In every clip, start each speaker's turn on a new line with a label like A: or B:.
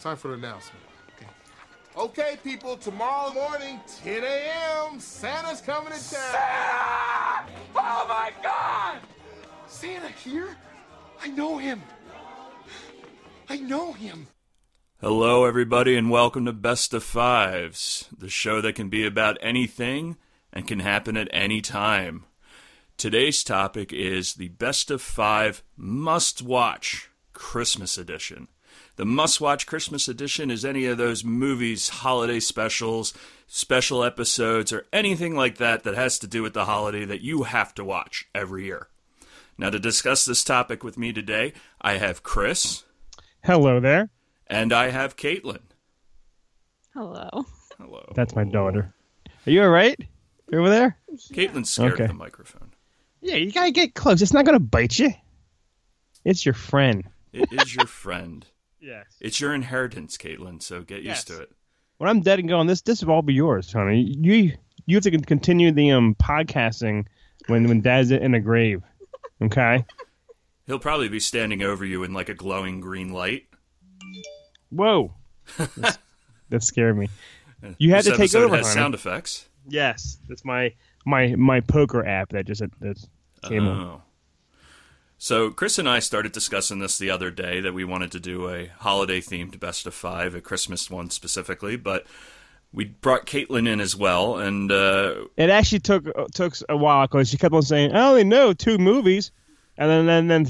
A: Time for the announcement.
B: Okay, people, tomorrow morning, 10 a.m., Santa's coming to town.
C: Oh my god!
B: Santa here? I know him. I know him.
D: Hello, everybody, and welcome to Best of Fives, the show that can be about anything and can happen at any time. Today's topic is the Best of Five Must Watch Christmas Edition. The Must Watch Christmas Edition is any of those movies, holiday specials, special episodes, or anything like that that has to do with the holiday that you have to watch every year. Now, to discuss this topic with me today, I have Chris
E: Hello there.
D: and I have Caitlin.
F: Hello.
D: Hello.
E: That's my daughter. Are you all right? You over there?
D: Caitlin's scared
E: Okay.
D: of the microphone.
E: Yeah, you gotta get close. It's not gonna bite you. It's your friend.
D: It is your friend.
E: Yes.
D: It's your inheritance, Caitlin. So get used
E: Yes.
D: to it.
E: When I'm dead and gone, this this will all be yours, honey. You you have to con- continue the um podcasting when when Dad's in the grave. Okay.
D: He'll probably be standing over you in like a glowing green light.
E: Whoa. That's- that scared me. You had
D: this
E: to take
D: episode
E: over,
D: has
E: honey.
D: sound effects.
E: Yes, that's my my my poker app that just that came on.
D: Oh. So Chris and I started discussing this the other day that we wanted to do a holiday themed best of five, a Christmas one specifically, but we brought Caitlin in as well, and uh,
E: It actually took took a while because she kept on saying, "I only know two movies," and then then then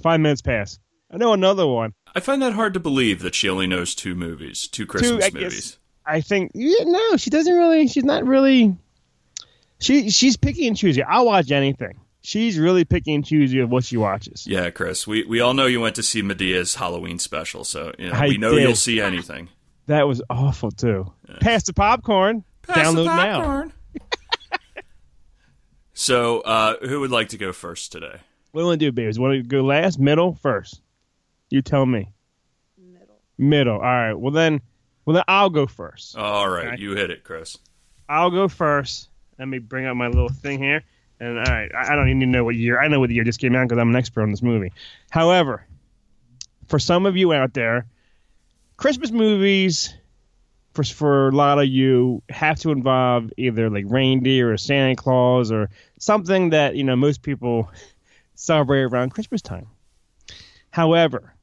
E: five minutes pass. I know another one.
D: I find that hard to believe that she only knows two movies, two Christmas
E: I guess-
D: movies.
E: I think yeah, no, she doesn't really. She's not really. She she's picky and choosy. I'll watch anything. She's really picky and choosy of what she watches.
D: Yeah, Chris, we, we all know you went to see Medea's Halloween special, so you know,
E: I
D: we know
E: did.
D: you'll see anything.
E: That was awful too. Pass the popcorn. Download now.
D: so, uh, who would like to go first today?
E: What do we do, babies? Want to go last, middle, first? You tell me.
F: Middle.
E: Middle. All right. Well then, well then I'll go first.
D: All right,
E: Okay.
D: you hit it, Chris.
E: I'll go first. Let me bring up my little thing here. And all right, I I don't even know what year. I know what year just came out because I'm an expert on this movie. However, for some of you out there, Christmas movies, for for a lot of you, have to involve either like reindeer or Santa Claus or something that you know most people celebrate around Christmas time. However,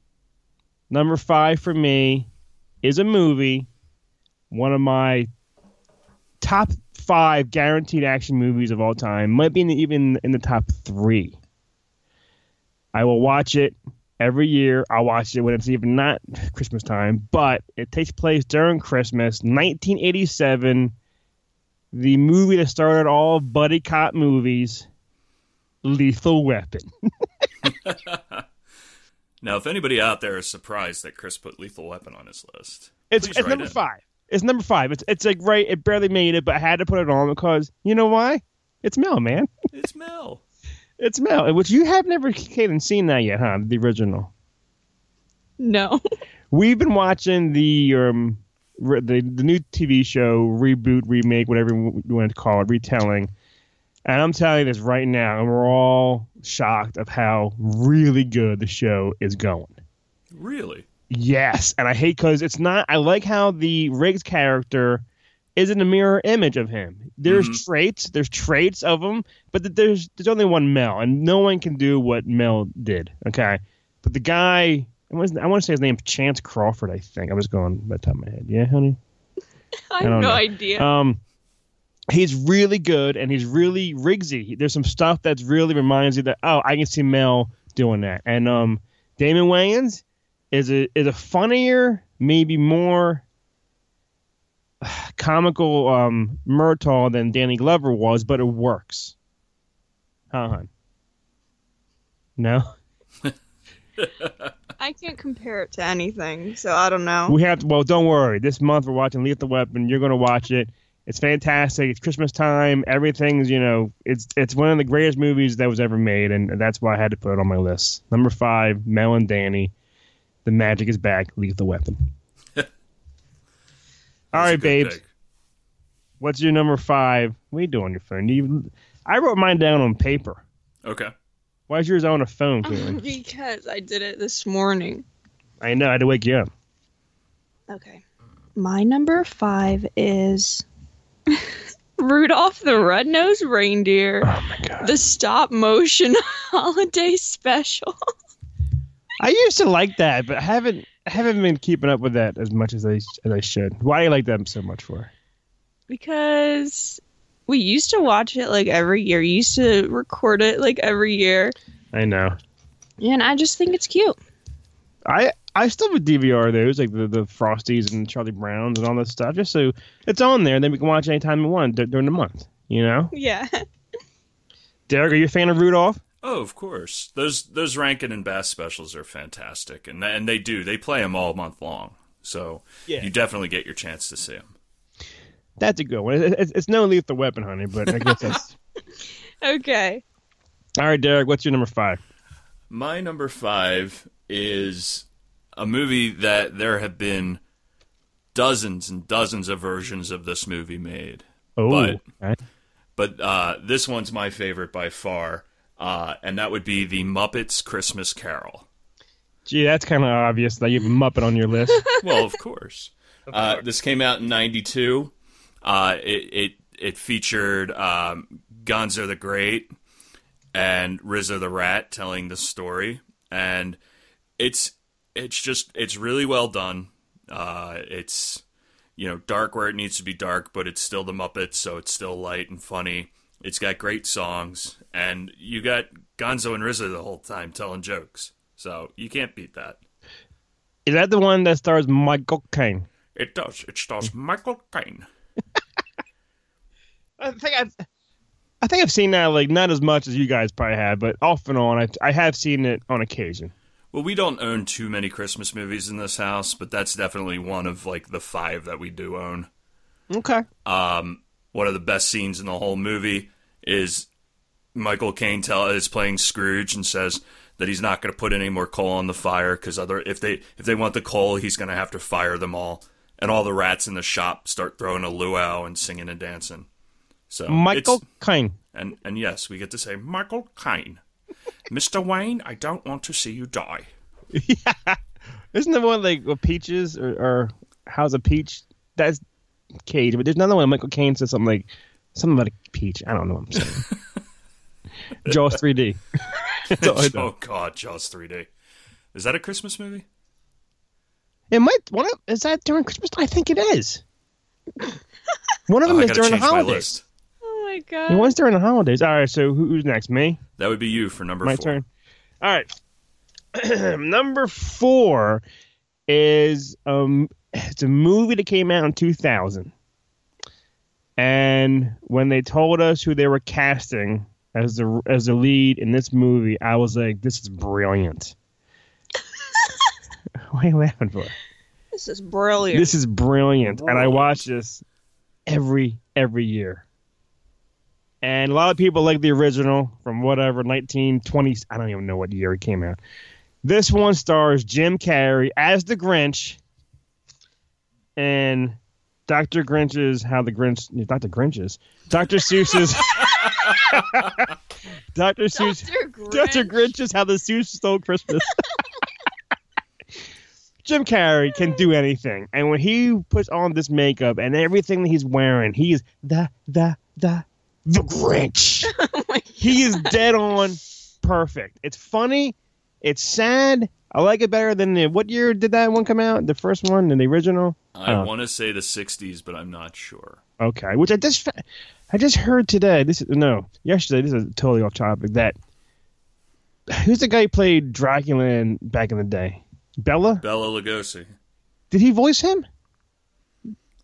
E: number five for me is a movie, one of my top five guaranteed action movies of all time. Might be in the, even in the top three. I will watch it every year. I'll watch it when it's even not Christmas time, but it takes place during Christmas, 1987. The movie that started all buddy cop movies, Lethal Weapon.
D: Now, if anybody out there is surprised that Chris put Lethal Weapon on his list,
E: It's,
D: please
E: it's
D: write
E: number
D: in.
E: five. It's number five. It's it's like right. It barely made it, but I had to put it on because you know why? It's Mel, man.
D: It's Mel.
E: It's Mel, which you have never, Caitlin, seen that yet, huh? The original.
F: No.
E: We've been watching the um re- the the new TV show reboot, remake, whatever you want to call it, retelling. And I'm telling you this right now, and we're all shocked of how really good the show is going.
D: Really?
E: Yes, and I hate because it's not. I like how the Riggs character isn't a mirror image of him. There's traits, there's traits of him, but th- there's there's only one Mel, and no one can do what Mel did. Okay, but the guy, I want to say his name, Chance Crawford, I think. I was going by the top of my head. Yeah, honey.
F: I
E: don't
F: have no
E: know.
F: idea.
E: Um, he's really good, and he's really Riggsy. There's some stuff that's really reminds you that oh, I can see Mel doing that. And um, Damon Wayans is a is a funnier, maybe more comical um Murtaugh than Danny Glover was, but it works. Huh? hon? No,
F: I can't compare it to anything, so I don't know.
E: we have. To, well, don't worry. This month we're watching Lethal Weapon. You're gonna watch it. It's fantastic. It's Christmas time. Everything's you know. It's it's one of the greatest movies that was ever made, and that's why I had to put it on my list. Number five, Mel and Danny. The magic is back. Lethal Weapon. All
D: That's a
E: right,
D: good
E: babes.
D: pick.
E: What's your number five? What are you doing on your phone? You, I wrote mine down on paper.
D: Okay.
E: Why's yours on a phone, Caitlin?
F: because I did it this morning.
E: I know. I had to wake you up.
F: Okay. My number five is Rudolph the Red-Nosed Reindeer,
E: Oh my god.
F: the stop motion holiday special.
E: I used to like that, but I haven't I haven't been keeping up with that as much as I as I should. Why do you like them so much for?
F: because we used to watch it like every year. You used to record it like every year,
E: I know.
F: and I just think it's cute.
E: I I still would DVR those like the the Frosties and Charlie Browns and all that stuff just so it's on there and then we can watch it anytime we want d- during the month. You know,
F: Yeah,
E: Derek, are you a fan of Rudolph?
D: Oh, of course. Those those Rankin and Bass specials are fantastic, and and they do they play them all month long. So
E: Yeah.
D: you definitely get your chance to see them.
E: That's a good one. It- It's, it's no lethal weapon, honey, but I guess that's
F: okay.
E: all right. Derek, what's your number five?
D: My number five is a movie that there have been dozens and dozens of versions of this movie made.
E: Oh,
D: But-
E: all right.
D: but uh, this one's my favorite by far, uh, and that would be the Muppets Christmas Carol.
E: gee, that's kind of obvious that you have a Muppet on your list.
D: Well, of course. Uh, this came out in '92. Uh, it, it it featured um, Gonzo the Great and Rizzo the Rat telling the story, and it's it's just it's really well done. Uh, it's you know dark where it needs to be dark, but it's still the Muppets, so it's still light and funny. It's got great songs, and you got Gonzo and Rizzo the whole time telling jokes, so you can't beat that.
E: Is that the one that stars Michael Caine?
D: It does. It stars Michael Caine.
E: I think I've, I think I've seen that like not as much as you guys probably have, but off and on, I I have seen it on occasion.
D: Well, we don't own too many Christmas movies in this house, but that's definitely one of like the five that we do own.
E: Okay.
D: Um, one of the best scenes in the whole movie is Michael Caine tell is playing Scrooge and says that he's not going to put any more coal on the fire because other if they if they want the coal, he's going to have to fire them all. And all the rats in the shop start throwing a luau and singing and dancing. So it's-
E: Michael Caine.
D: and and yes, we get to say Michael Caine, Mr. Wayne. I don't want to see you die.
E: Isn't the one like with peaches or, or how's a peach? That's Cage, but there's another one. Michael Caine says something like something about a peach. I don't know what I'm saying. Jaws 3D. That's all I know.
D: oh God, Jaws 3D. Is that a Christmas movie?
E: It might. One of, is that during Christmas? I think it is. One of them
D: Oh, I
E: is
D: gotta
E: during the
D: change my
E: holidays.
D: list.
F: Oh my
E: Yeah,
F: god.
E: One's during the holidays. All right. So who- who's next? Me.
D: That would be you for number
E: My
D: four.
E: turn. All right. Number four is um, it's a movie that came out in 2000. And when they told us who they were casting as the as the lead in this movie, I was like, "This is brilliant." what are you laughing for?
F: This is brilliant.
E: This is brilliant, and I watch this every every year. And a lot of people like the original from whatever 1920s. I don't even know what year it came out. This one stars Jim Carrey as the Grinch, and Dr. Grinch's How the Grinch Dr. Grinch's Dr. Seuss's Dr. Seuss
F: Dr. Grinch.
E: Dr. Grinch is how the Seuss stole Christmas. Jim Carrey can do anything, and when he puts on this makeup and everything that he's wearing, he is the the the the Grinch.
F: my
E: he is dead on perfect. It's funny, it's sad. I like it better than the, what year did that one come out? The first one, in the original.
D: I
E: Oh.
D: want to say the 60s, but I'm not sure.
E: Okay, which I just fa- I just heard today. This is no yesterday. This is totally off topic. That who's the guy who played Dracula in, back in the day? Bella?
D: Bella Lugosi.
E: Did he voice him?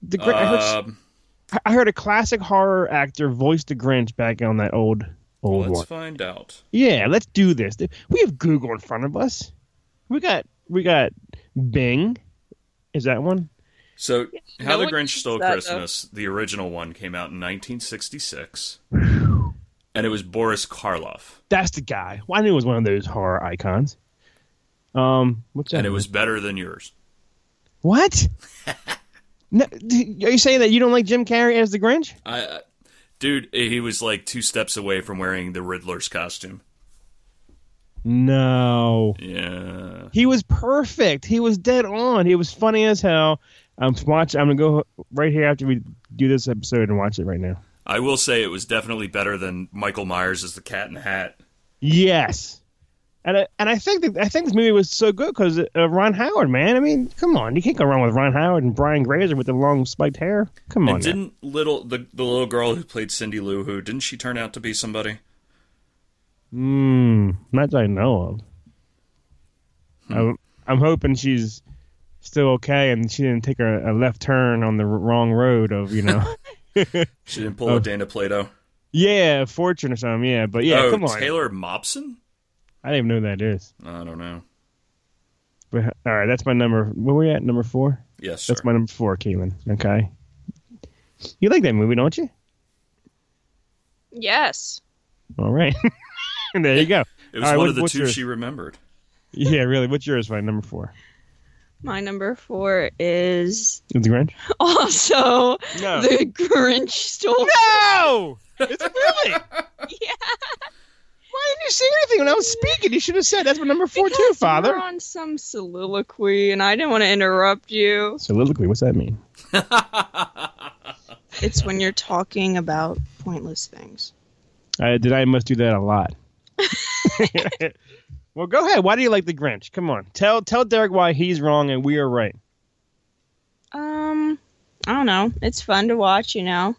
E: The Grinch. I, heard, s-
D: Um,
E: I heard a classic horror actor voice the Grinch back on that old old
D: let's
E: one.
D: find out.
E: Yeah, let's do this. We have Google in front of us. We got we got Bing. Is that one?
D: So, How
F: no
D: the
F: one
D: Grinch
F: uses
D: Stole
F: that, though.
D: Christmas, the original one, came out in 1966, and it was Boris Karloff,
E: That's the guy. Well, I knew it was one of those horror icons. Um, what's that?
D: and it was better than yours.
E: What? no, d- are you saying that you don't like Jim Carrey as the Grinch?
D: I, I, dude, he was like two steps away from wearing the Riddler's costume.
E: No.
D: Yeah.
E: He was perfect. He was dead on. He was funny as hell. I'm watch. I'm gonna go right here after we do this episode and watch it right now.
D: I will say it was definitely better than Michael Myers as the Cat in the Hat.
E: Yes, and I, and I think that, I think this movie was so good because uh, Ron Howard, man. I mean, come on, you can't go wrong with Ron Howard and Brian Grazer with the long spiked hair. Come on,
D: And
E: now.
D: didn't little the the little girl who played Cindy Lou Who didn't she turn out to be somebody?
E: Mm, not that I know of.
D: Hmm.
E: I'm, I'm hoping she's still okay and she didn't take a, a left turn on the r- wrong road of, you know.
D: She didn't
E: Oh.
D: pull a Dana Plato.
E: yeah, Fortune or something. Yeah, but yeah,
D: oh,
E: come on.
D: Taylor Mobson?
E: I didn't even know who that is.
D: I don't know.
E: But all right, that's my number. Where we at? Number four?
D: Yes, sir.
E: That's my number four, Caitlin. Okay. You like that movie, don't you?
F: Yes.
E: All right. there you go.
D: it was
E: all right,
D: one
E: what-
D: of the
E: what's
D: two
E: yours?
D: she remembered.
E: Yeah, really. What's yours, my number four?
F: My number four is
E: It's Grinch?
F: also
E: No.
F: the Grinch story.
E: No! It's a movie!
F: Yeah,
E: Why didn't you say anything when I was speaking? You should have said that's my number four too,
F: because
E: Father.
F: You're on some soliloquy, and I didn't want to interrupt you.
E: Soliloquy, what's that mean?
F: It's when you're talking about pointless things.
E: Uh, did I must do that a lot? well, go ahead. Why do you like the Grinch? Come on, tell tell Derek why he's wrong and we are right.
F: Um, I don't know. It's fun to watch, you know.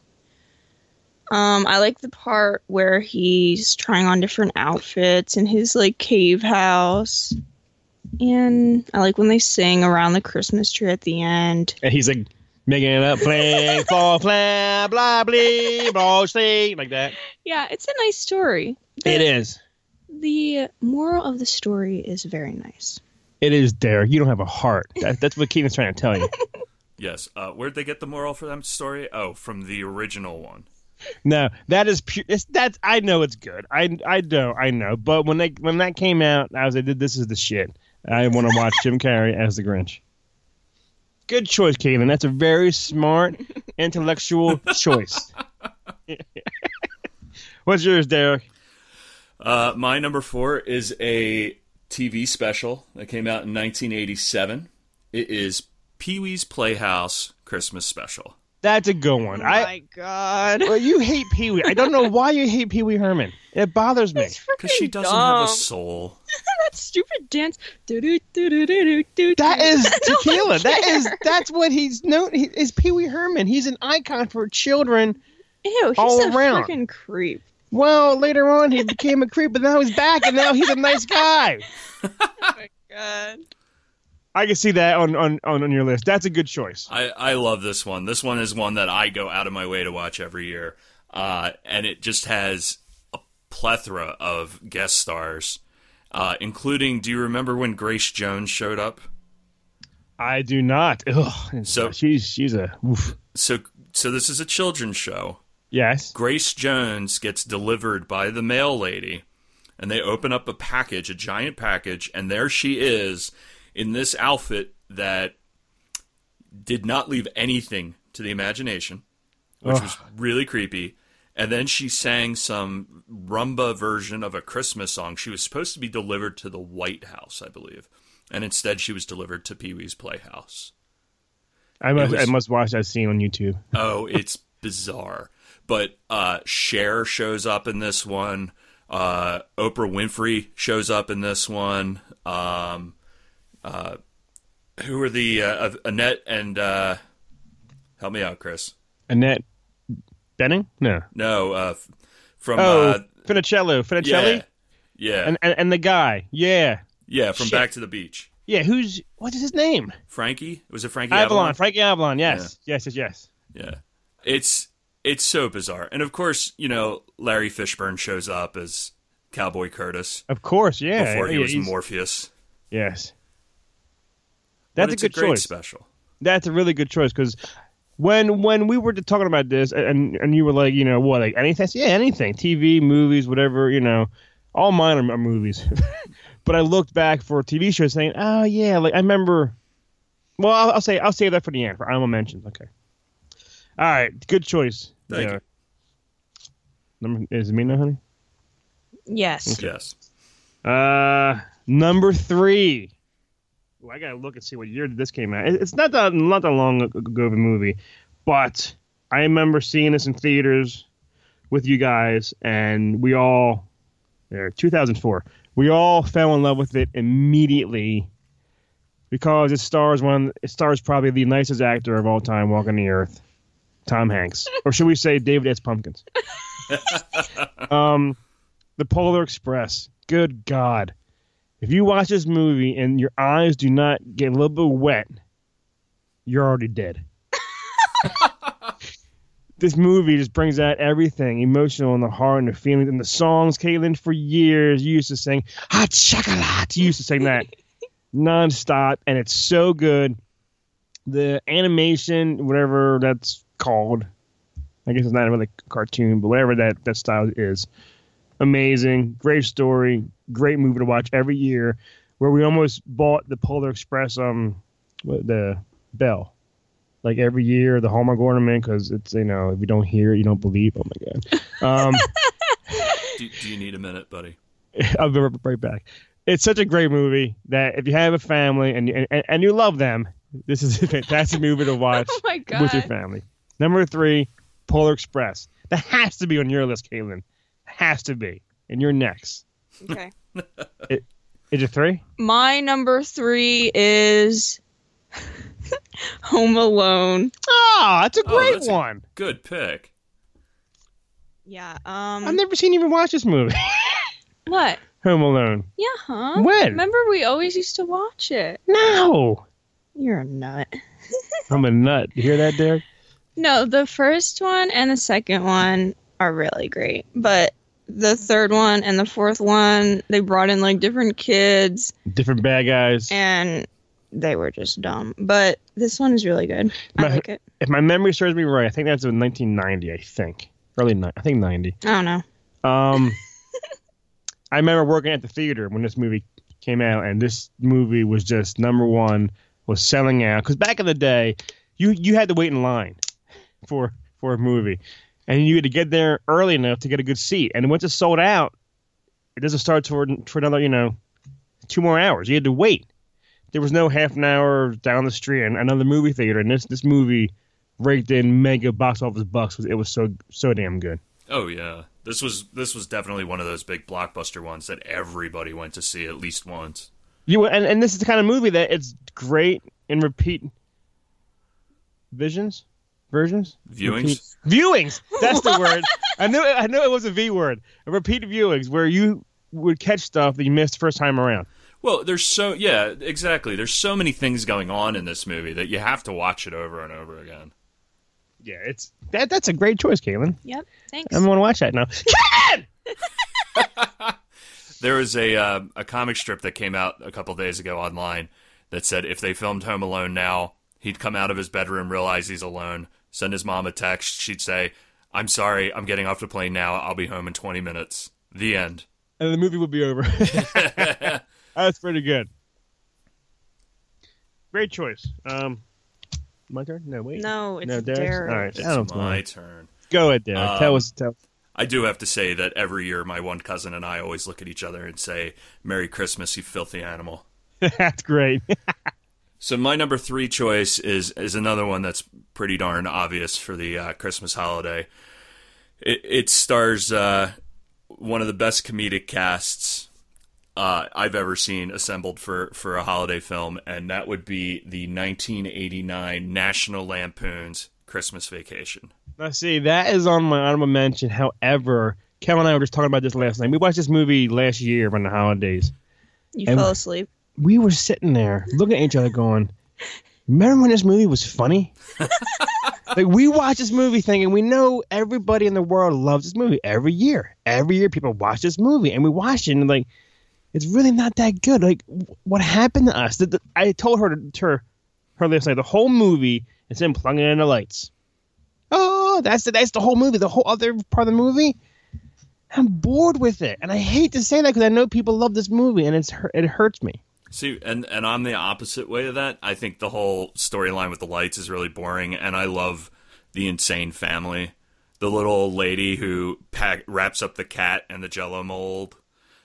F: Um, I like the part where he's trying on different outfits in his like cave house. And I like when they sing around the Christmas tree at the end.
E: And he's like making it up, playing for plan, blah blah blah, see, like that.
F: Yeah, it's a nice story.
E: It is.
F: The moral of the story is very nice.
E: It is Derek. You don't have a heart. That, that's what Keenan's trying to tell you.
D: Yes. Uh, where'd they get the moral for that story? Oh, from the original one.
E: No, that is pure. It's, that's I know it's good. I I know I know. But when they when that came out, I was like, "Dude, this is the shit. I want to watch Jim Carrey as the Grinch. Good choice, Caitlin. That's a very smart, intellectual choice. What's yours, Derek?
D: Uh, my number four is a TV special that came out in 1987. It is Pee Wee's Playhouse Christmas Special.
E: That's a good one. I
F: Oh my god.
E: well, you hate Pee Wee. I don't know why you hate Pee Wee Herman. It bothers me.
D: Because she doesn't have a soul.
F: that stupid dance. Do-do-do-do-do-do-do.
E: That is
F: don't
E: tequila. That is
F: care.
E: that's what he's known. He, is Pee Wee Herman? He's an icon for children.
F: Ew, he's
E: all
F: a
E: around.
F: freaking creep.
E: Well, later on he became a creep, but now he's back, and now he's a nice guy.
F: Oh my god.
E: I can see that on on on, on your list. That's a good choice.
D: I, I love this one. This one is one that I go out of my way to watch every year. Uh, and it just has a plethora of guest stars, uh, including do you remember when Grace Jones showed up?
E: I do not. Ugh.
D: So-
E: she's she's a oof.
D: So, so this is a children's show.
E: yes.
D: Grace Jones gets delivered by the mail lady, and they open up a package, a giant package, and there she is in this outfit that did not leave anything to the imagination, which was really creepy. And then she sang some rumba version of a Christmas song. She was supposed to be delivered to the White House, I believe. And instead, she was delivered to Pee Wee's Playhouse.
E: I must
D: was-
E: I must watch that scene on YouTube.
D: Oh, it's bizarre. But uh, Cher shows up in this one. Uh, Oprah Winfrey shows up in this one. Um, uh, who are the uh, Annette and uh, help me out, Chris?
E: Annette Benning? No.
D: No, uh, f- from
E: Oh,
D: uh,
E: Finicello.
D: yeah,
E: Finicelli.
D: yeah,
E: And, and and the guy. Yeah.
D: yeah, from
E: shit.
D: Back to the Beach.
E: Yeah. Who's what is his name?
D: Frankie was it Frankie
E: Avalon.
D: Avalon?
E: Frankie Avalon. Yes. Yes. Yes. Yes.
D: Yeah. It's it's so bizarre. And of course, you know, Larry Fishburne shows up as Cowboy Curtis
E: Of course. Yeah.
D: before he
E: Yeah,
D: was
E: he's-
D: Morpheus.
E: Yes.
D: But
E: That's a
D: it's
E: good
D: great
E: choice.
D: Special.
E: that's a really good choice because when when we were talking about this and and you were like you know what like anything I said, yeah anything TV movies whatever you know all mine are, are movies but I looked back for TV shows saying oh yeah like I remember well I'll, I'll say I'll save that for the end for honorable mentions okay all right good choice
D: Thank you.
E: number is it me now honey
F: Yes.
D: Yes.
E: uh number three Ooh, I gotta look and see what year this came out. It- It's not that not that long ago of a movie, but I remember seeing this in theaters with you guys, and we all there 2004. We all fell in love with it immediately because it stars one. It stars probably the nicest actor of all time walking the earth, Tom Hanks, or should we say David S. Pumpkins? um, the Polar Express. Good God if you watch this movie and your eyes do not get a little bit wet, you're already dead. this movie just brings out everything emotional and the heart and the feelings and the songs. Caitlin, for years, you used to sing hot chocolate. You used to sing that nonstop, and it's so good. The animation, whatever that's called, I guess it's not really a cartoon, but whatever that, that style is, amazing, great story, great movie to watch every year. Where we almost bought the Polar Express, um, what, the bell, like every year the Hallmark ornament because it's you know if you don't hear it you don't believe. Oh my god, um,
D: Do, do you need a minute, buddy?
E: I'll be right right back. It's such a great movie that if you have a family and and, and you love them, this is a fantastic movie to watch
F: Oh my
E: with your
F: god.
E: family. Number three, Polar Express. That has to be on your list, Caitlin. Has to be. And you're next.
F: Okay.
E: Is it three?
F: My number three is Home Alone.
E: Oh, that's a
D: Oh,
E: great
D: that's a-
E: one.
D: Good pick.
F: Yeah.
E: I've
F: Um.
E: never seen you even watch this movie.
F: What?
E: Home Alone.
F: Yeah. Huh.
E: When?
F: Remember, we always used to watch it.
E: No.
F: You're a nut.
E: I'm a nut. You hear that, Derek?
F: No, the first one and the second one are really great, but the third one and the fourth one, they brought in like different kids
E: Different bad guys.
F: and they were just dumb. But this one is really good. I
E: My-
F: like it.
E: If my memory serves me right, I think that's in 1990, I think. Early, ni- I think 90.
F: I don't know.
E: Um, I remember working at the theater when this movie came out, and this movie was just number one was selling out because back in the day, you you had to wait in line for for a movie, and you had to get there early enough to get a good seat. And once it sold out, it doesn't start toward for another you know two more hours. You had to wait. There was no half an hour down the street and another movie theater, and this this movie raked in mega box office bucks. It was so so damn good.
D: Oh yeah, this was this was definitely one of those big blockbuster ones that everybody went to see at least once.
E: You and, and this is the kind of movie that it's great in repeat visions, versions, Repeat-
D: Viewings.
E: viewings. That's the word. I knew I knew it was a V word. Repeat viewings where you would catch stuff that you missed first time around.
D: Well, there's so yeah, exactly. There's so many things going on in this movie that you have to watch it over and over again.
E: Yeah, it's that. That's a great choice, Caitlin.
F: Yep. Thanks.
E: I'm gonna watch that now.
D: There was a uh, a comic strip that came out a couple days ago online that said if they filmed Home Alone now, he'd come out of his bedroom, realize he's alone, send his mom a text. She'd say, "I'm sorry, I'm getting off the plane now. I'll be home in 20 minutes." The end.
E: And the movie will be over. that's pretty good. Great choice. Um, my turn. No, wait.
F: no, it's
E: no,
F: no,
E: Derek's?
F: Derek.
E: All right,
D: It's
E: I don't
D: my
E: know.
D: turn.
E: Go ahead, Derek.
D: Um,
E: tell us. Tell.
D: I do have to say that every year my one cousin and I always look at each other and say, "Merry Christmas, you filthy animal."
E: that's great.
D: So my number three choice is is another one that's pretty darn obvious for the uh, Christmas holiday. It, it stars uh, one of the best comedic casts uh, I've ever seen assembled for for a holiday film, and that would be the 1989 National Lampoon's Christmas Vacation.
E: Now, see, that is on my honorable mention. However, Kevin and I were just talking about this last night. We watched this movie last year on the holidays.
F: You
E: Am-
F: fell asleep.
E: We were sitting there looking at each other, going, "Remember when this movie was funny?" like we watch this movie thing, and we know everybody in the world loves this movie every year. Every year, people watch this movie, and we watch it, and like, it's really not that good. Like, wh- what happened to us? The, the- I told her to her, her last night. The whole movie is him plugging in the lights. Oh, that's the, that's the whole movie. The whole other part of the movie. I'm bored with it, and I hate to say that because I know people love this movie, and it's hur- it hurts me.
D: See, and and I'm the opposite way of that. I think the whole storyline with the lights is really boring, and I love the insane family, the little old lady who pack, wraps up the cat and the Jello mold,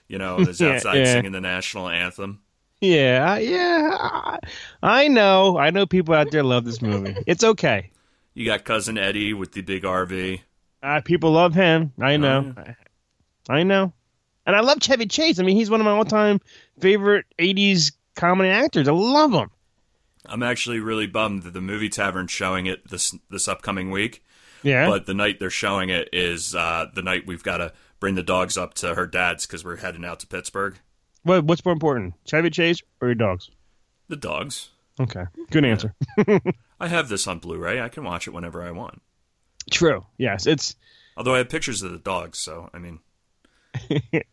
D: you know, and is
E: Yeah,
D: outside
E: yeah.
D: singing the national anthem.
E: Yeah, yeah. I- I know. I know people out there love this movie. It's okay.
D: You got cousin Eddie with the big RV.
E: Uh, people love him. I know. I know. And I love Chevy Chase. I mean, he's one of my all-time favorite '80s comedy actors. I love him.
D: I'm actually really bummed that the movie tavern's showing it this this upcoming week,
E: Yeah.
D: but the night they're showing it is uh, the night we've got to bring the dogs up to her dad's because we're heading out to Pittsburgh.
E: What, what's more important, Chevy Chase or your dogs?
D: The dogs.
E: Okay. Good answer.
D: I have this on Blu-ray. I can watch it whenever I want.
E: True. Yes. It's
D: Although I have pictures of the dogs, so I mean,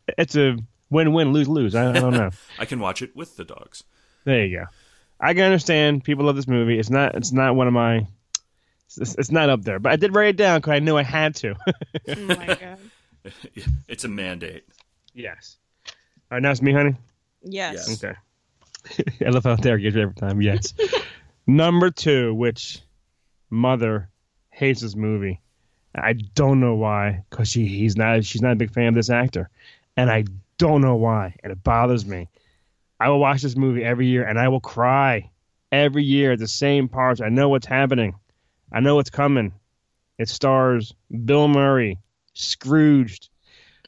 E: it's a win-win, lose-lose. I, I don't know.
D: I can watch it with the dogs.
E: There you go. I can understand people love this movie. It's not. It's not one of my. It's, it's not up there, but I did write it down because I knew I had to.
F: Oh my god.
D: It's a mandate.
E: yes. All right, now it's me, honey.
F: Yes.
D: Yes.
E: Okay. I love how Derek gives you every time. Yes. Number two, which mother hates this movie. I don't know why, because she he's not she's not a big fan of this actor, and I don't know why, and it bothers me. I will watch this movie every year, and I will cry every year at the same parts. I know what's happening. I know what's coming. It stars Bill Murray, Scrooged,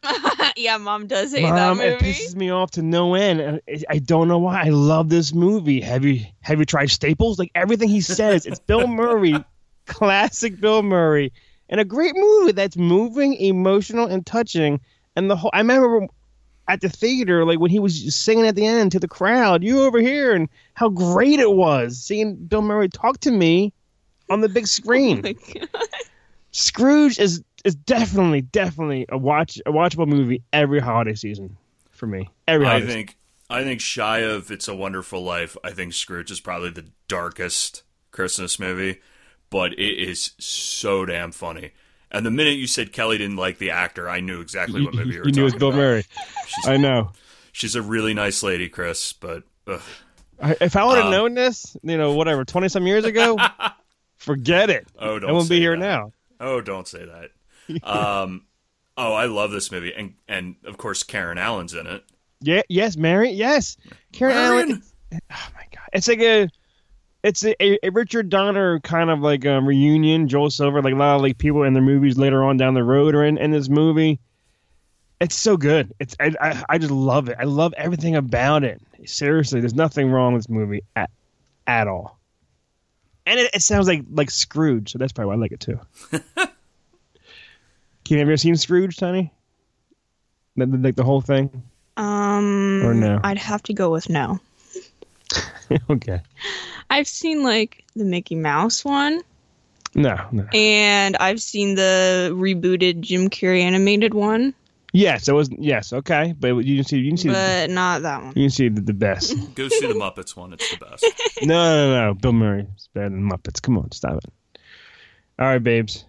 F: yeah, mom does hate
E: Mom,
F: that
E: it
F: movie.
E: pisses me off to no end. and I- I don't know why. I love this movie. Have you have you tried Staples? Like everything he says, it's Bill Murray, classic Bill Murray, and a great movie that's moving, emotional, and touching. And the whole I remember at the theater, like when he was singing at the end to the crowd, "You over here," and how great it was seeing Bill Murray talk to me on the big screen.
F: Like,
E: Scrooge is is definitely definitely a watch a watchable movie every holiday season for me. Every
D: I
E: holiday.
D: think I think shy of It's a Wonderful Life, I think Scrooge is probably the darkest Christmas movie, but it is so damn funny. And the minute you said Kelly didn't like the actor, I knew exactly
E: season.
D: what movie you were
E: you knew it was
D: talking
E: Bill
D: about.
E: Murray.
D: She's,
E: I know.
D: she's a really nice lady, Chris, but ugh.
E: I, if I would have
D: Um,
E: known this, you know, whatever, twenty some years ago, forget it.
D: oh, don't
E: I won't
D: say
E: be here
D: that.
E: now.
D: Oh, don't say that. um, oh, I love this movie, and and of course Karen Allen's in it.
E: Yeah. Yes, Mary. Yes, Karen Allen.
D: Karen!
E: Oh my god, it's like a. It's a, a, a Richard Donner kind of like um, reunion. Joel Silver, like a lot of like people in their movies later on down the road, are in, in this movie. It's so good. It's I, I I just love it. I love everything about it. Seriously, there's nothing wrong with this movie at at all. And it, it sounds like like Scrooge, so that's probably why I like it too. Can you have you ever seen Scrooge, Tony? The- the- Like the whole thing?
F: um,
E: Or no.
F: I'd have to go with no.
E: okay.
F: I've seen like the Mickey Mouse one,
E: No, no.
F: and I've seen the rebooted Jim Carrey animated one,
E: Yes, it was. Yes, okay, but you didn't see. You didn't see.
F: but not that
E: the,
F: one.
E: you didn't see the, the best. no,
D: Go see the Muppets one; it's the best.
E: no, no. Bill Murray is better than Muppets. Come on, stop it. All right, babes.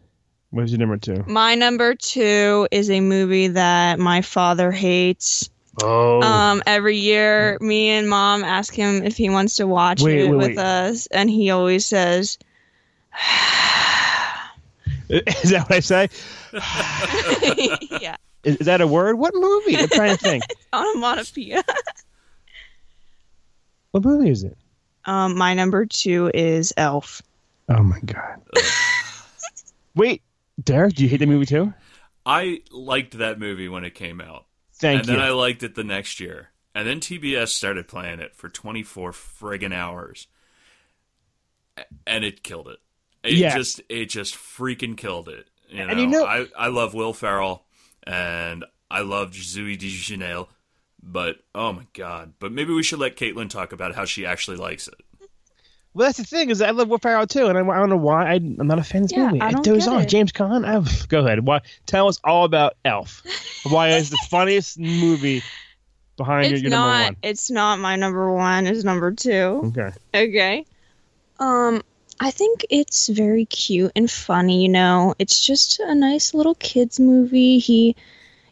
E: What's your number two?
F: My number two is a movie that my father hates.
E: Oh,
F: Um, every year, me and mom ask him if he wants to watch
E: Wait,
F: it
E: wait,
F: with
E: wait.
F: us, and he always says,
E: is that what I say?
F: "Yeah,
E: Is, is that a word? What movie? I'm trying to think.
F: onomatopoeia."
E: What movie is it?
F: Um, my number two is Elf.
E: Oh my god. Wait, Derek, do you hate the movie too?
D: I liked that movie when it came out.
E: Thank
D: and
E: you.
D: then I liked it the next year. And then TBS started playing it for 24 friggin' hours. A- And it killed it. It
E: Yeah.
D: just it just freaking killed it. You know,
E: And you know-
D: I, I love Will Ferrell and I love Zooey Deschanel, but oh my god. But maybe we should let Caitlin talk about how she actually likes it.
E: Well, that's the thing is I love Will Ferrell too, and I, I don't know why I, I'm not a fan of this
F: Yeah,
E: movie.
F: I
E: it
F: don't
E: goes
F: get
E: on.
F: it.
E: James Caan, I, go ahead. Why tell us all about Elf? Why it's the funniest movie behind your,
F: It's
E: your
F: not.
E: number
F: It's not my number one. It's number two.
E: one? Okay.
F: Okay. Um, I think it's very cute and funny, you know. It's just a nice little kids movie. He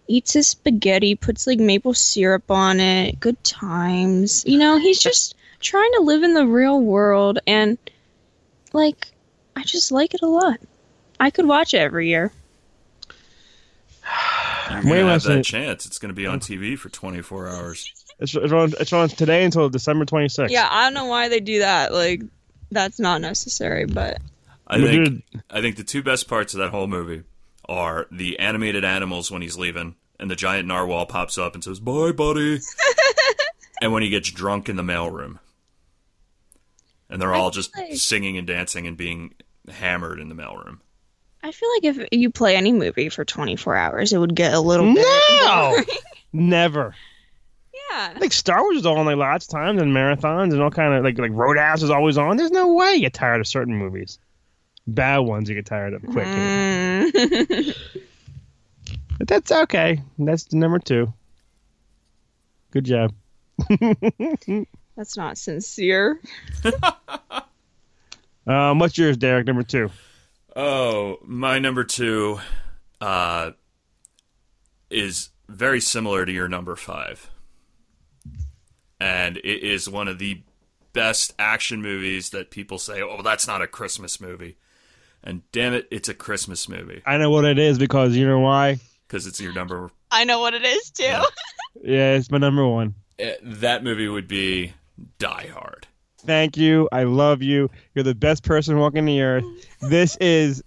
F: eats his spaghetti, puts like maple syrup on it. Good times. You know, he's just trying to live in the real world and like I just like it a lot. I could watch it every year.
D: You're
E: Wait,
D: gonna have
E: listen. Oh.
D: that chance. It's gonna be on TV for 24 hours.
E: It's, it's, on, it's on today until December 26th.
F: Yeah, I don't know why they do that. Like, that's not necessary, but
D: I think I think the two best parts of that whole movie are the animated animals when he's leaving, and the giant narwhal pops up and says "Bye, buddy," and when he gets drunk in the mailroom, and they're
F: I
D: all
F: feel
D: just
F: like-
D: singing and dancing and being hammered in the mailroom.
F: I feel like if you play any movie for 24 hours, it would get a little
E: Hmm?
F: bit.
E: No! Never.
F: Yeah.
E: Like Star Wars is all on like lots of times and marathons and all kind of like like Roadhouse is always on. There's no way you get tired of certain movies. Bad ones you get tired of quick.
F: Mm.
E: But that's okay. That's number two. Good job.
F: that's not sincere.
E: Um, what's yours, Derek? Number two.
D: Oh, my number two uh, is very similar to your number five. And it is one of the best action movies that people say, oh, that's not a Christmas movie. And damn it, it's a Christmas movie
E: I know what it is because you know why?
D: because it's your number.
F: I know what it is too.
D: Yeah.
E: Yeah, it's my number one.
D: Eh, That movie would be Die Hard.
E: Thank you. I love you. You're the best person walking the earth. This is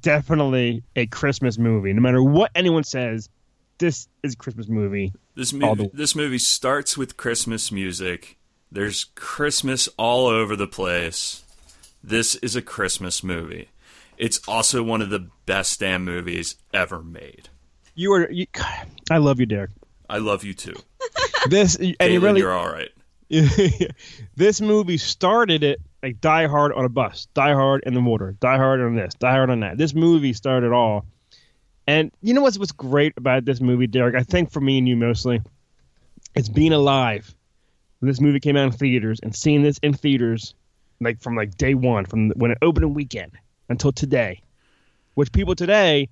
E: definitely a Christmas movie. No matter what anyone says, this is a Christmas movie.
D: This
E: All
D: movie,
E: the-
D: this movie starts with Christmas music. There's Christmas all over the place. This is a Christmas movie. It's also one of the best damn movies ever made.
E: You are. You, I love you, Derek.
D: I love you too.
E: This and
D: Caitlin,
E: you
D: you
E: really
D: are all right.
E: this movie started it like Die Hard on a bus, Die Hard in the water, Die Hard on this, Die Hard on that. This movie started it all. And you know what's what's great about this movie, Derek? I think for me and you mostly, it's being alive. When this movie came out in theaters and seeing this in theaters, like from like day one, from when it opened in weekend until today, which people today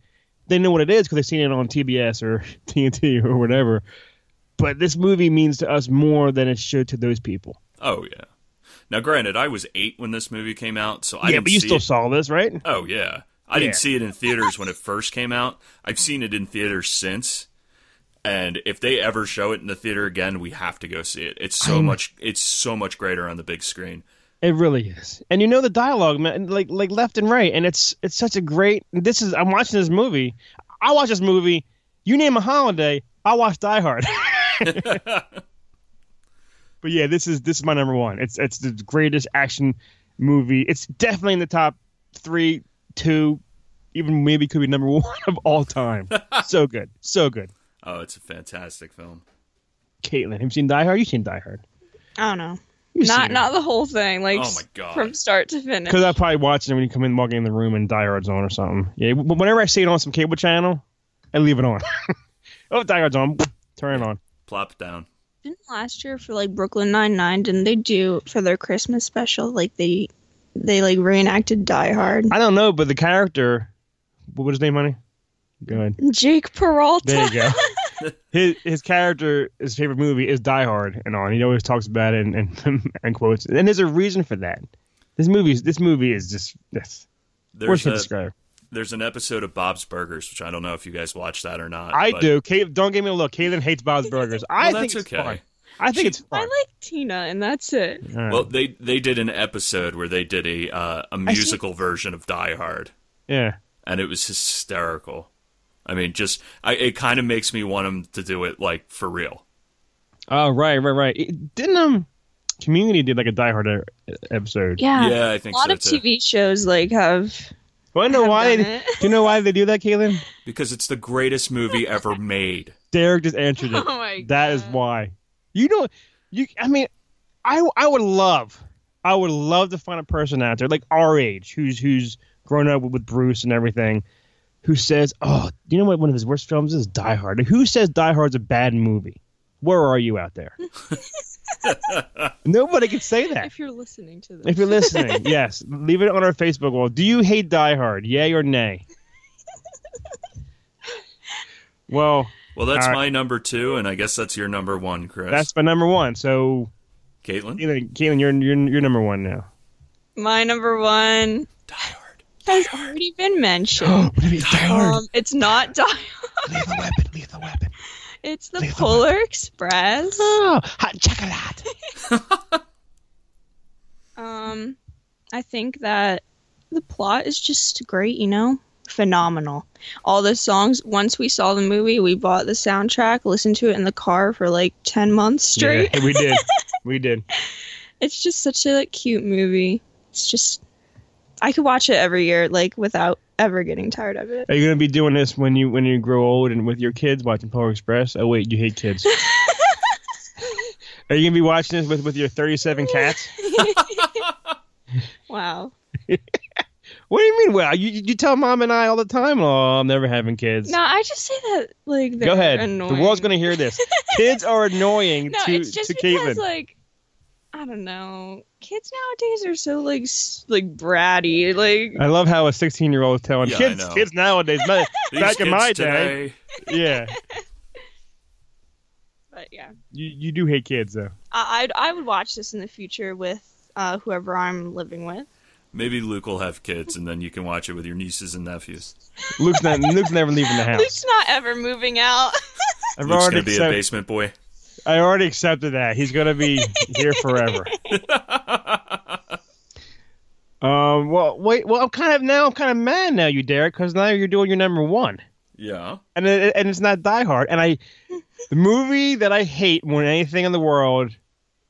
E: they know what it is because they've seen it on TBS or TNT or whatever. But this movie means to us more than it should to those people.
D: Oh yeah. Now, granted, I was eight when this movie came out, so I
E: yeah,
D: didn't
E: but you
D: see
E: still
D: it.
E: saw this, right?
D: Oh yeah, I
E: Yeah.
D: didn't see it in theaters when it first came out. I've seen it in theaters since, and if they ever show it in the theater again, we have to go see it. It's so much. It's so much greater on the big screen.
E: It really is, and you know the dialogue, man, like like left and right, and it's it's such a great. This is I'm watching this movie. I watch this movie. You name a holiday, I watch Die Hard. but yeah, this is this is my number one. It's it's the greatest action movie. It's definitely in the top three, two, even maybe could be number one of all time. so good, so good.
D: Oh, it's a fantastic film.
E: Caitlin, have you seen Die Hard? You've seen Die Hard.
F: I don't know.
E: You've
F: not
E: seen it.
F: not the whole thing. Like
D: Oh my God.
F: from start to finish.
E: Because I probably watching it when you come in, walking in the room, and Die Hard's on or something. Yeah, w- whenever I see it on some cable channel, I leave it on. oh, Die Hard's on. Turn it on.
D: Plop it down.
F: Didn't last year for like Brooklyn Nine Nine? Didn't they do for their Christmas special? Like they they like reenacted Die Hard.
E: I don't know, but the character, what was his name, honey? Good.
F: Jake Peralta.
E: There you go. his his character, his favorite movie is Die Hard, and on. He always talks about it and and, and quotes. it. And there's a reason for that. This movie, is- this movie is just this. Words
D: There's
E: can
D: a,
E: describe.
D: there's an episode of Bob's Burgers, which I don't know if you guys watch that or not.
E: I
D: but-
E: do. Kate, don't give me a look. Caitlin hates Bob's Burgers. I
D: Well,
E: think
D: that's
E: it's
D: okay.
E: fun. I think it's
F: I
E: fun.
F: like Tina, and that's it.
E: All right.
D: Well, they they did an episode where they did a uh, a
E: see-
D: musical version of Die Hard,
E: yeah.
D: and it was hysterical. I mean, just I, it kind of makes me want them to do it like for real.
E: Oh right, right, right. It- didn't um, Community did like a Die Hard e- episode.
F: Yeah.
D: Yeah, I think
F: a lot
D: so
F: of
D: too.
F: TV shows like have.
E: Do I know
F: I've
E: why?
F: done
E: They,
F: it.
E: do you know why they do that, Caitlin?
D: Because it's the greatest movie ever made.
E: Derek just answered it.
F: Oh my
E: That is why. You don't. You. I mean, I I would love, I would love to find a person out there like our age who's who's grown up with Bruce and everything, who says, "Oh, you know what? One of his worst films is Die Hard." Who says Die Hard's a bad movie? Where are you out there? Nobody can say that.
F: If you're listening to this,
E: If you're listening, yes, leave it on our Facebook wall. Do you hate Die Hard? Yay or nay? well,
D: Well, that's
E: All right.
D: my number two, and I guess that's your number one, Chris.
E: that's my number one. So,
D: Caitlin.
E: Keelan, Keelan you're, you're you're number one now.
F: my number one
D: Die Hard.
F: has
E: Oh,
F: already been mentioned.
E: what if it's Die
F: um, it's not Die.
E: Leave the weapon. Leave the weapon.
F: It's the Polar Express.
E: Oh, hot chocolate.
F: Um, I think that the plot is just great, you know? Phenomenal. All the songs, once we saw the movie, we bought the soundtrack, listened to it in the car for like 10 months straight.
E: Yeah, we did. We did.
F: It's just such a like, cute movie. It's just, I could watch it every year, like, without ever getting tired of it.
E: Are you gonna be doing this when you when you grow old and with your kids watching Polar Express? Oh wait, you hate kids. Are you gonna be watching this with with your thirty seven cats?
F: Wow.
E: What do you mean? Well, you you tell mom and I all the time. Oh, I'm never having kids.
F: No, I just say that, like, they're
E: Go ahead.
F: Annoying.
E: The world's gonna hear this. kids are annoying
F: no,
E: to
F: it's just
E: to
F: because
E: Caitlin.
F: like I don't know, kids nowadays are so like s- like bratty. Like
E: I love how a 16 year old is telling
D: Yeah, I
E: kids
D: know.
E: kids nowadays. ma-
D: These
E: back in
D: kids
E: my day,
D: today,
E: yeah,
F: but yeah,
E: you you do hate kids though.
F: I I'd, I would watch this in the future with uh, whoever I'm living with.
D: maybe Luke will have kids, and then you can watch it with your nieces and nephews.
E: Luke's not Luke's never leaving the house.
F: Luke's not ever moving out.
E: I've
D: Luke's
E: already
D: gonna be a
E: accept-
D: basement boy.
E: I already accepted that. He's gonna be here forever. Um. Well, wait. Well, I'm kind of now. I'm kind of mad now, you Derek, because now you're doing your number one,
D: Yeah.
E: and it, and it's not Die Hard. And I, the movie that I hate more than anything in the world,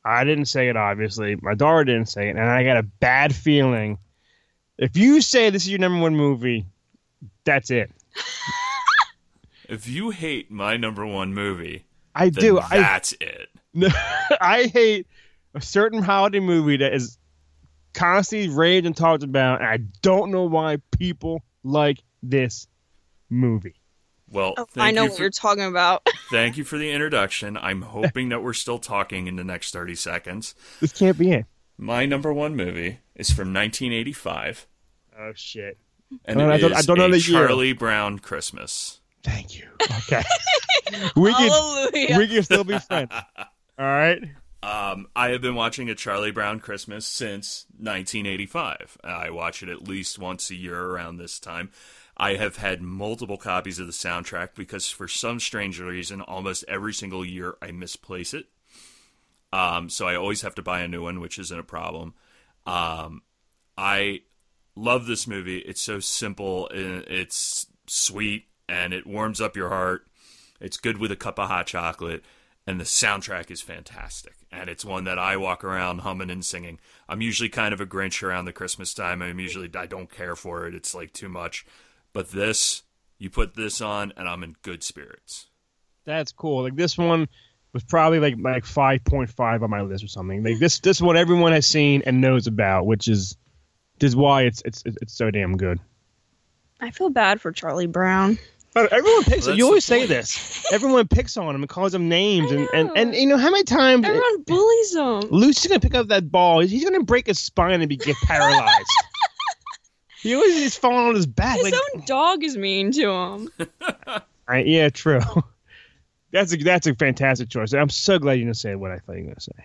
E: I didn't say it. Obviously, my daughter didn't say it, and I got a bad feeling. If you say this is your number one movie, that's it.
D: If you hate my number one movie,
E: I
D: then
E: do. I
D: that's it.
E: I hate a certain holiday movie that is constantly raved and talked about, and I don't know why people like this movie.
D: Well,
F: Oh,
D: thank
F: I know
D: you
F: what
D: for,
F: you're talking about.
D: thank you for the introduction. I'm hoping that we're still talking in the next 30 seconds.
E: This can't be it.
D: My number one movie is from 1985,
E: Oh shit!
D: and
E: Oh,
D: it
E: I don't- I
D: is
E: don't know
D: a
E: the year.
D: Charlie Brown Christmas.
E: Thank you. Okay, we can
F: Hallelujah.
E: we can still be friends. All right.
D: Um, I have been watching a Charlie Brown Christmas since 1985. I watch it at least once a year around this time. I have had multiple copies of the soundtrack because, for some strange reason, almost every single year I misplace it. Um, so I always have to buy a new one, which isn't a problem. Um, I love this movie. It's so simple, and it's sweet, and it warms up your heart. It's good with a cup of hot chocolate, and the soundtrack is fantastic. And it's one that I walk around humming and singing. I'm usually kind of a Grinch around the Christmas time. I'm usually I don't care for it. It's like too much. But this, you put this on, and I'm in good spirits.
E: That's cool. Like this one was probably like like five point five on my list or something. Like this this one everyone has seen and knows about, which is this is why it's it's it's so damn good.
F: I feel bad for Charlie Brown.
E: But everyone picks.
D: Well,
E: you
D: that's
E: always
D: the
E: say
D: point.
E: this. Everyone picks on him and calls him names,
F: I
E: and, and
F: know.
E: and you know how many times
F: Everyone bullies him.
E: Luke's gonna pick up that ball. He's gonna break his spine and be get paralyzed. he always is falling on his back.
F: His
E: like,
F: own dog is mean to him.
E: I- yeah, true. That's a that's a fantastic choice. I'm so glad you didn't say what I thought you were gonna say.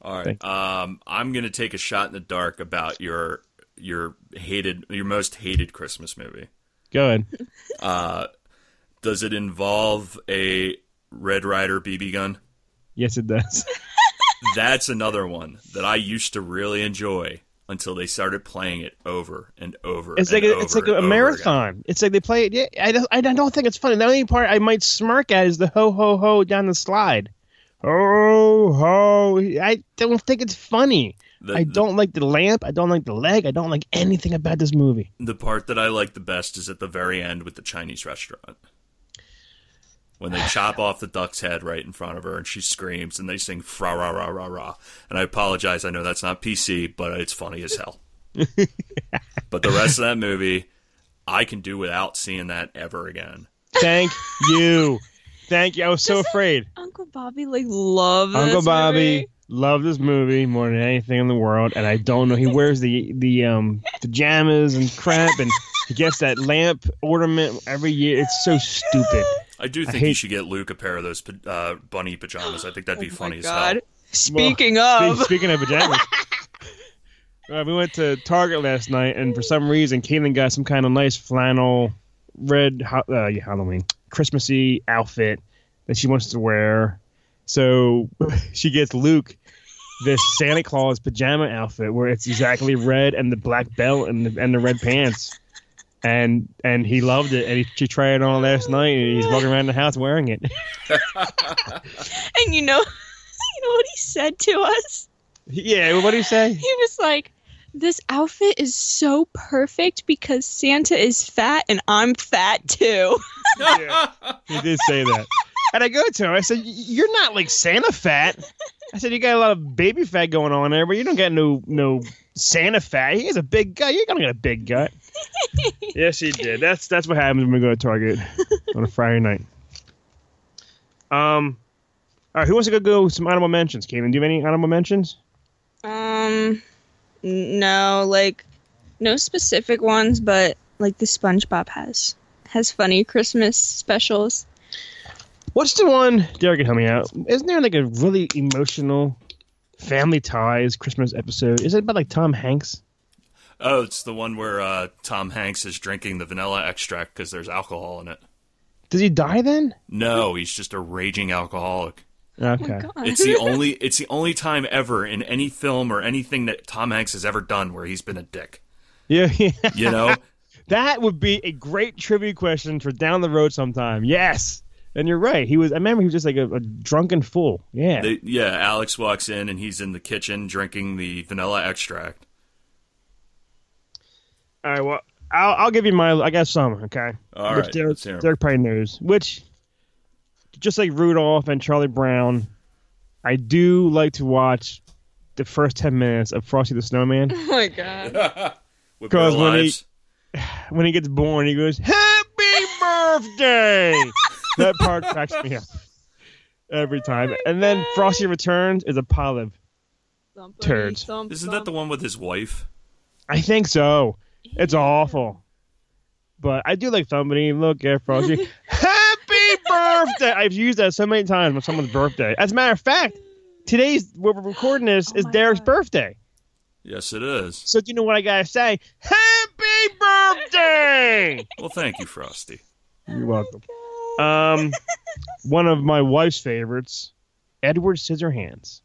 D: All right. Um, I'm gonna take a shot in the dark about your your hated your most hated Christmas movie.
E: Go ahead.
D: Uh, does it involve a Red Rider BB gun?
E: Yes, it does.
D: That's another one that I used to really enjoy until they started playing it over and over.
E: It's
D: and
E: like a,
D: over
E: it's like
D: and
E: a
D: over again.
E: marathon. It's like they play it. Yeah, I don't, I don't think it's funny. The only part I might smirk at is the ho ho ho down the slide. Oh ho! I don't think it's funny.
D: The,
E: I don't like the lamp. I don't like the leg. I don't like anything about this movie.
D: The, the part that I like the best is at the very end with the Chinese restaurant. When they chop off the duck's head right in front of her and she screams and they sing fra ra ra ra ra. And I apologize, I know that's not PC, but it's funny as hell. but the rest of that movie, I can do without seeing that ever again.
E: Thank you, thank you. I was so
F: Doesn't
E: afraid.
F: Uncle Bobby like loves
E: Uncle
F: this
E: Bobby
F: movie.
E: loved this movie more than anything in the world, and I don't know. He wears the the um pajamas and crap, and he gets that lamp ornament every year. It's so stupid.
D: I do think you
E: hate-
D: should get Luke a pair of those pa- uh, bunny pajamas. I think that'd be
F: Oh my
D: funny as
F: God.
D: hell.
F: Speaking
E: Spe-
F: of,
E: Speaking of pajamas. Uh, we went to Target last night, and for some reason, Caitlin got some kind of nice flannel, red ho- uh, yeah, Halloween, Christmassy outfit that she wants to wear. So she gets Luke this Santa Claus pajama outfit where it's exactly red and the black belt and the, and the red pants. And and he loved it and he, she tried it on last night and he's walking around the house wearing it.
F: And you know, you know what he said to us?
E: yeah, what do you say?
F: He was like, "This outfit is so perfect because Santa is fat and I'm fat too."
E: He did say that. And I go to him. I said, "Y- "You're not like Santa fat." I said, "You got a lot of baby fat going on there, but you don't got no no Santa fat. He has a big gut. You're gonna get a big gut." yes, he did. That's that's what happens when we go to Target on a Friday night. Um, all right. Who wants to go go some honorable mentions? Kaden, do you have any honorable mentions?
F: Um, n- no, like no specific ones, but like the SpongeBob has has funny Christmas specials.
E: What's the one? Derek can help me out. Isn't there like a really emotional family ties Christmas episode? Is it about like Tom Hanks?
D: Oh, it's the one where uh, Tom Hanks is drinking the vanilla extract because there's alcohol in it.
E: Does he die then?
D: No, he's just a raging alcoholic.
E: Okay.
F: Oh God.
D: It's the only it's the only time ever in any film or anything that Tom Hanks has ever done where he's been a dick.
E: Yeah, yeah.
D: You know?
E: That would be a great trivia question for down the road sometime. Yes. And you're right. He was I remember he was just like a, a drunken fool. Yeah.
D: They- yeah, Alex walks in and he's in the kitchen drinking the vanilla extract.
E: All right, well I'll, I'll give you my I got some, okay?
D: All
E: which
D: right,
E: Derek,
D: let's hear 'em.
E: Derek probably knows. Which just like Rudolph and Charlie Brown, I do like to watch the first ten minutes of Frosty the Snowman.
F: Oh my god.
D: With
E: 'Cause
D: Bill
E: when he-
D: Ives.
E: when he gets born, he goes, "Happy birthday!" that part cracks me up every time. and
F: Oh
E: then Frosty Returns is a polyp. Turds.
D: Isn't that the one with his wife?
E: I think so. It's awful, but I do like somebody. Look at Frosty. Happy birthday! I've used that so many times on someone's birthday. As a matter of fact, today's what we're recording this is
F: Oh my
E: Derek's
F: God.
E: birthday.
D: Yes, it is.
E: So do you know what I gotta say? Happy birthday!
D: Well, thank you, Frosty.
E: You're welcome. Um, one of my wife's favorites, Edward Scissorhands.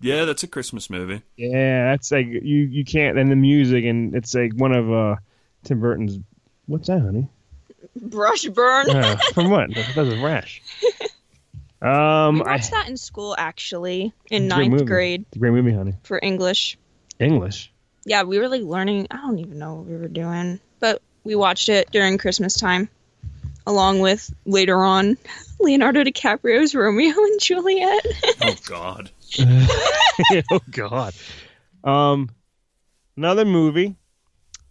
D: Yeah, that's a Christmas movie.
E: Yeah, that's like you you can't and the music and it's like one of uh Tim Burton's. What's that, honey?
F: brush burn?
E: Uh, from what? That's a rash. Um,
F: we
E: I,
F: watched that in school actually in
E: It's a great
F: ninth
E: movie.
F: grade
E: It's a great movie, honey.
F: for English.
E: English.
F: Yeah, we were like learning. I don't even know what we were doing, but we watched it during Christmas time, along with later on Leonardo DiCaprio's Romeo and Juliet.
D: Oh God.
E: oh God. Um, another movie.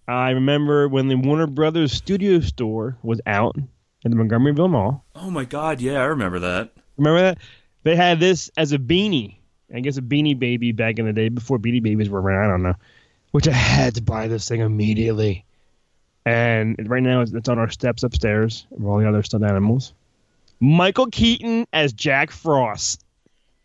E: I remember when the Warner Brothers Studio Store was out in the Montgomeryville Mall.
D: Oh my God. Yeah, I remember that.
E: Remember that? They had this as a beanie. I guess a beanie baby back in the day before beanie babies were around. I don't know. Which I had to buy this thing immediately. And right now it's it's on our steps upstairs of all the other stuffed animals. Michael Keaton as Jack Frost.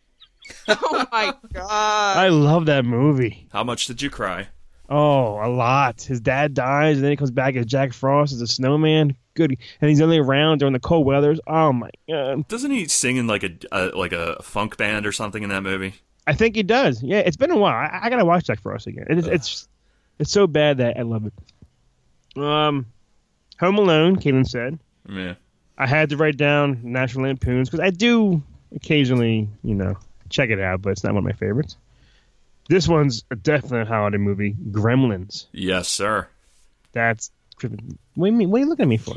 F: oh my god.
E: I love that movie.
D: How much did you cry?
E: Oh, a lot. His dad dies, and then he comes back as Jack Frost as a snowman. Good, and he's only around during the cold weathers. Oh my god!
D: Doesn't he sing in like a uh, like a funk band or something in that movie?
E: I think he does. Yeah, it's been a while. I, I gotta watch Jack Frost again. It's, it's it's so bad that I love it. Um, Home Alone, Caitlin said.
D: Yeah.
E: I had to write down National Lampoons because I do occasionally, you know, check it out, but it's not one of my favorites. This one's a definite holiday movie, Gremlins.
D: Yes, sir.
E: That's what do you mean? What are you looking at me for?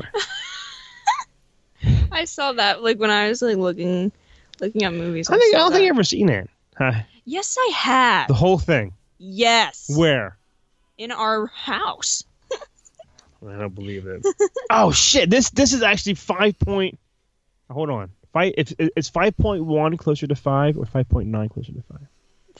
F: I saw that like when I was like looking looking at movies.
E: I think I
F: saw
E: don't
F: that.
E: think I've ever seen that. Huh?
F: Yes, I have.
E: The whole thing.
F: yes.
E: Where?
F: in our house.
E: I don't believe it. oh shit! This this is actually five point. Hold on. Five. It's, it's five point one closer to five or five point nine closer to five.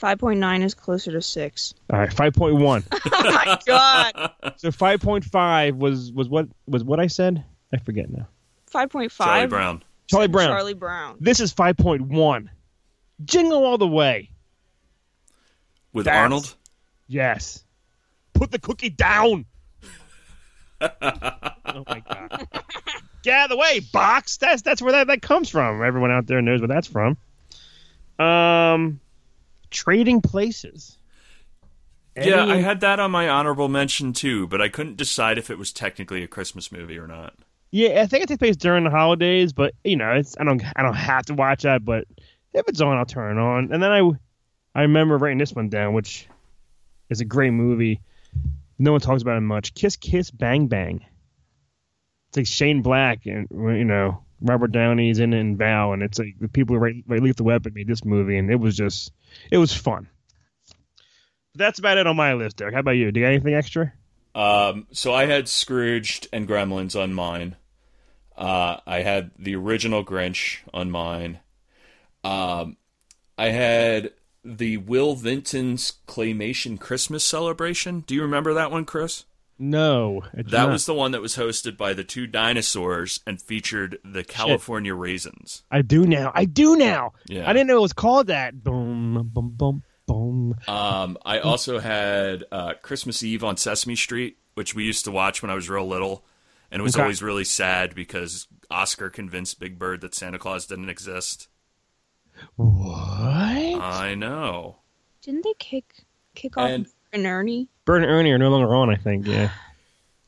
F: 5.9 is closer to 6.
E: All right, five point one.
F: Oh my god.
E: so five point five was was what was what I said? I forget now.
F: 5.5.
D: Charlie Brown.
E: Charlie Brown.
F: Charlie Brown.
E: This is five point one. Jingle all the way.
D: With
E: That's-
D: Arnold?
E: Yes. Put the cookie down. oh my god. Get out of the way, box. That's that's where that, that comes from. Everyone out there knows where that's from. Um, trading places.
D: yeah,
E: Eddie
D: I
E: and-
D: had that on my honorable mention too, but I couldn't decide if it was technically a Christmas movie or not.
E: yeah. I think it takes place during the holidays, but you know, it's I don't I don't have to watch that, but if it's on, I'll turn it on. And then I I remember writing this one down, which is a great movie. No one talks about it much. Kiss Kiss Bang Bang. It's like Shane Black and you know Robert Downey's in it and Val, and it's like the people who write, write Lethal Weapon made this movie, and it was just it was fun. That's about it on my list, Derek. How about you? Do you got anything extra?
D: Um, so I had Scrooged and Gremlins on mine. Uh, I had the original Grinch on mine. Um, I had the Will Vinton's Claymation Christmas Celebration. Do you remember that one, Chris?
E: No,
D: That was the one that was hosted by the two dinosaurs and featured the California raisins.
E: I do now. I do now.
D: Yeah.
E: I didn't know it was called that. Boom, boom, boom, boom.
D: Um, I also had uh, Christmas Eve on Sesame Street, which we used to watch when I was real little, and it was
E: Okay.
D: always really sad because Oscar convinced Big Bird that Santa Claus didn't exist.
E: What?
D: I know.
F: Didn't they kick kick off
D: And-
F: an Ernie?
E: Bert and Ernie are no longer on. I think. Yeah.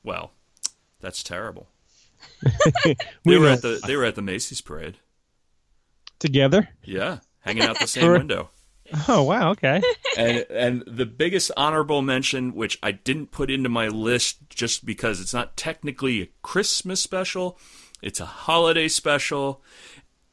D: Well, that's terrible.
E: We
D: They were
E: were
D: at the they were at the Macy's parade.
E: together.
D: Yeah, hanging out the same
E: Or-
D: window.
E: Oh wow. Okay.
D: and and the biggest honorable mention, which I didn't put into my list just because it's not technically a Christmas special, it's a holiday special,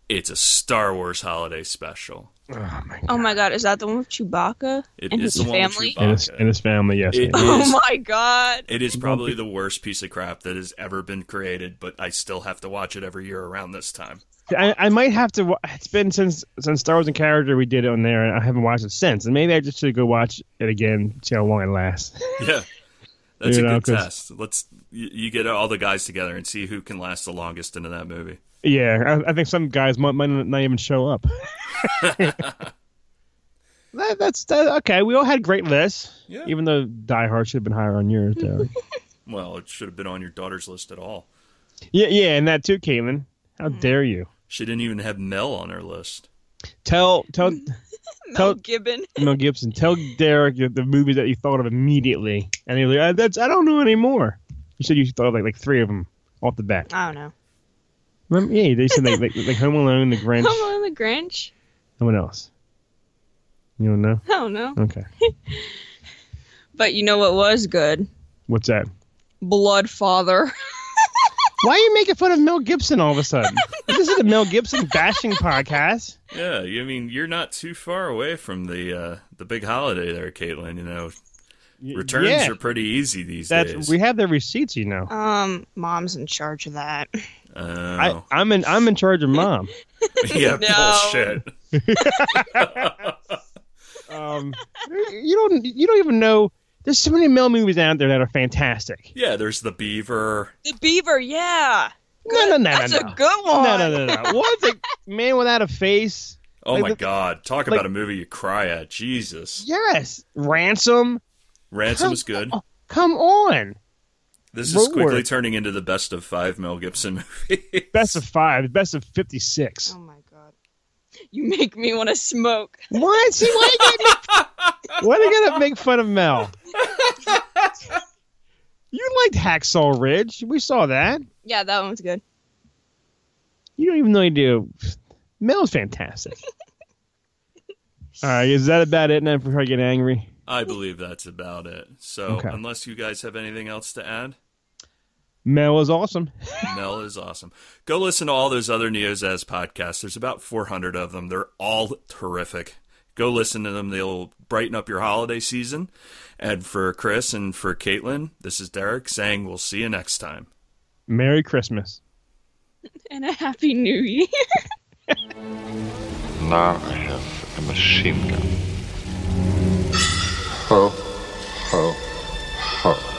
D: it's a Star Wars holiday special.
E: oh my
F: Oh my god, is that the one with Chewbacca
D: It
F: and
D: is
F: his
D: the one with
F: family?
D: Chewbacca.
E: and his, and his family. Yes.
D: It-
E: yeah.
F: Oh my god.
D: It is probably the worst piece of crap that has ever been created, but I still have to watch it every year around this time.
E: I, I might have to. wa- It's been since since Star Wars and Character we did it on there, and I haven't watched it since. And maybe I just should go watch it again, see how long it lasts.
D: Yeah. That's
E: You
D: a
E: know,
D: good
E: 'cause-
D: test. Let's you, you get all the guys together and see who can last the longest into that movie.
E: yeah, I, I think some guys might, might not even show up. that, that's that, okay. We all had great lists,
D: Yeah.
E: even though Die Hard should have been higher on yours, though.
D: Well, it should have been on your daughter's list at all.
E: yeah, yeah, and that too, Caitlin. How
F: Mm-hmm.
E: dare you?
D: She didn't even have Mel on her list.
E: Tell tell
F: Mel
E: Tell- Mm.
F: Gibbon.
E: Mel Gibson, tell Derek the- the movies that you thought of immediately, and he's like, "Uh, "That's I don't know anymore." You said you thought of like like three of them off the bat.
F: I don't know.
E: Remember, yeah, they said like, like like Home Alone, The Grinch,
F: Home Alone and the Grinch?
E: someone else. You don't know?
F: I don't know.
E: Okay,
F: But you know what was good?
E: what's that?
F: Blood Father.
E: Why are you making fun of Mel Gibson all of a sudden? this is the Mel Gibson bashing podcast.
D: Yeah, you- I mean you're not too far away from the uh, the big holiday there, Caitlin. You know,
E: Y-
D: returns
E: yeah,
D: are pretty easy these
E: that's
D: days.
E: we have the receipts, you know.
F: Um, mom's in charge of that.
D: oh.
E: I, I'm in I'm in charge of mom.
D: yeah,
F: No.
D: bullshit.
E: Um, you don't you don't even know. There's so many Mel movies out there that are fantastic.
D: Yeah, there's the beaver.
F: The Beaver, yeah.
E: No, no, no,
F: That's
E: no,
F: a
E: no.
F: good one.
E: No, no, no, no. What? Like, man without a face?
D: Oh
E: Like
D: my
E: the-
D: god, talk
E: like-
D: about a movie you cry at. Jesus,
E: Yes. Ransom?
D: ransom is good.
E: Come on.
D: This is
E: Lord.
D: quickly turning into the best of five Mel Gibson movie.
E: Best of five. Best of 56.
F: Oh my god. You make me want to smoke.
E: What? See, why are you gonna, why are you gonna make fun of Mel? You liked Hacksaw Ridge. We saw that.
F: Yeah, that one was good.
E: You don't even know you do. Mel's fantastic. All right, is that about it now before I get angry?
D: I believe that's about it. So
E: Okay.
D: unless you guys have anything else to add.
E: Mel is awesome.
D: Mel is awesome. Go listen to all those other Neozaz podcasts. There's about 400 of them. They're all terrific. Go listen to them. They'll brighten up your holiday season. And for Chris and for Caitlin, this is Derek saying we'll see you next time.
E: Merry Christmas.
F: And a happy new year.
A: Now I have a machine gun.
B: Ho, ho, ho.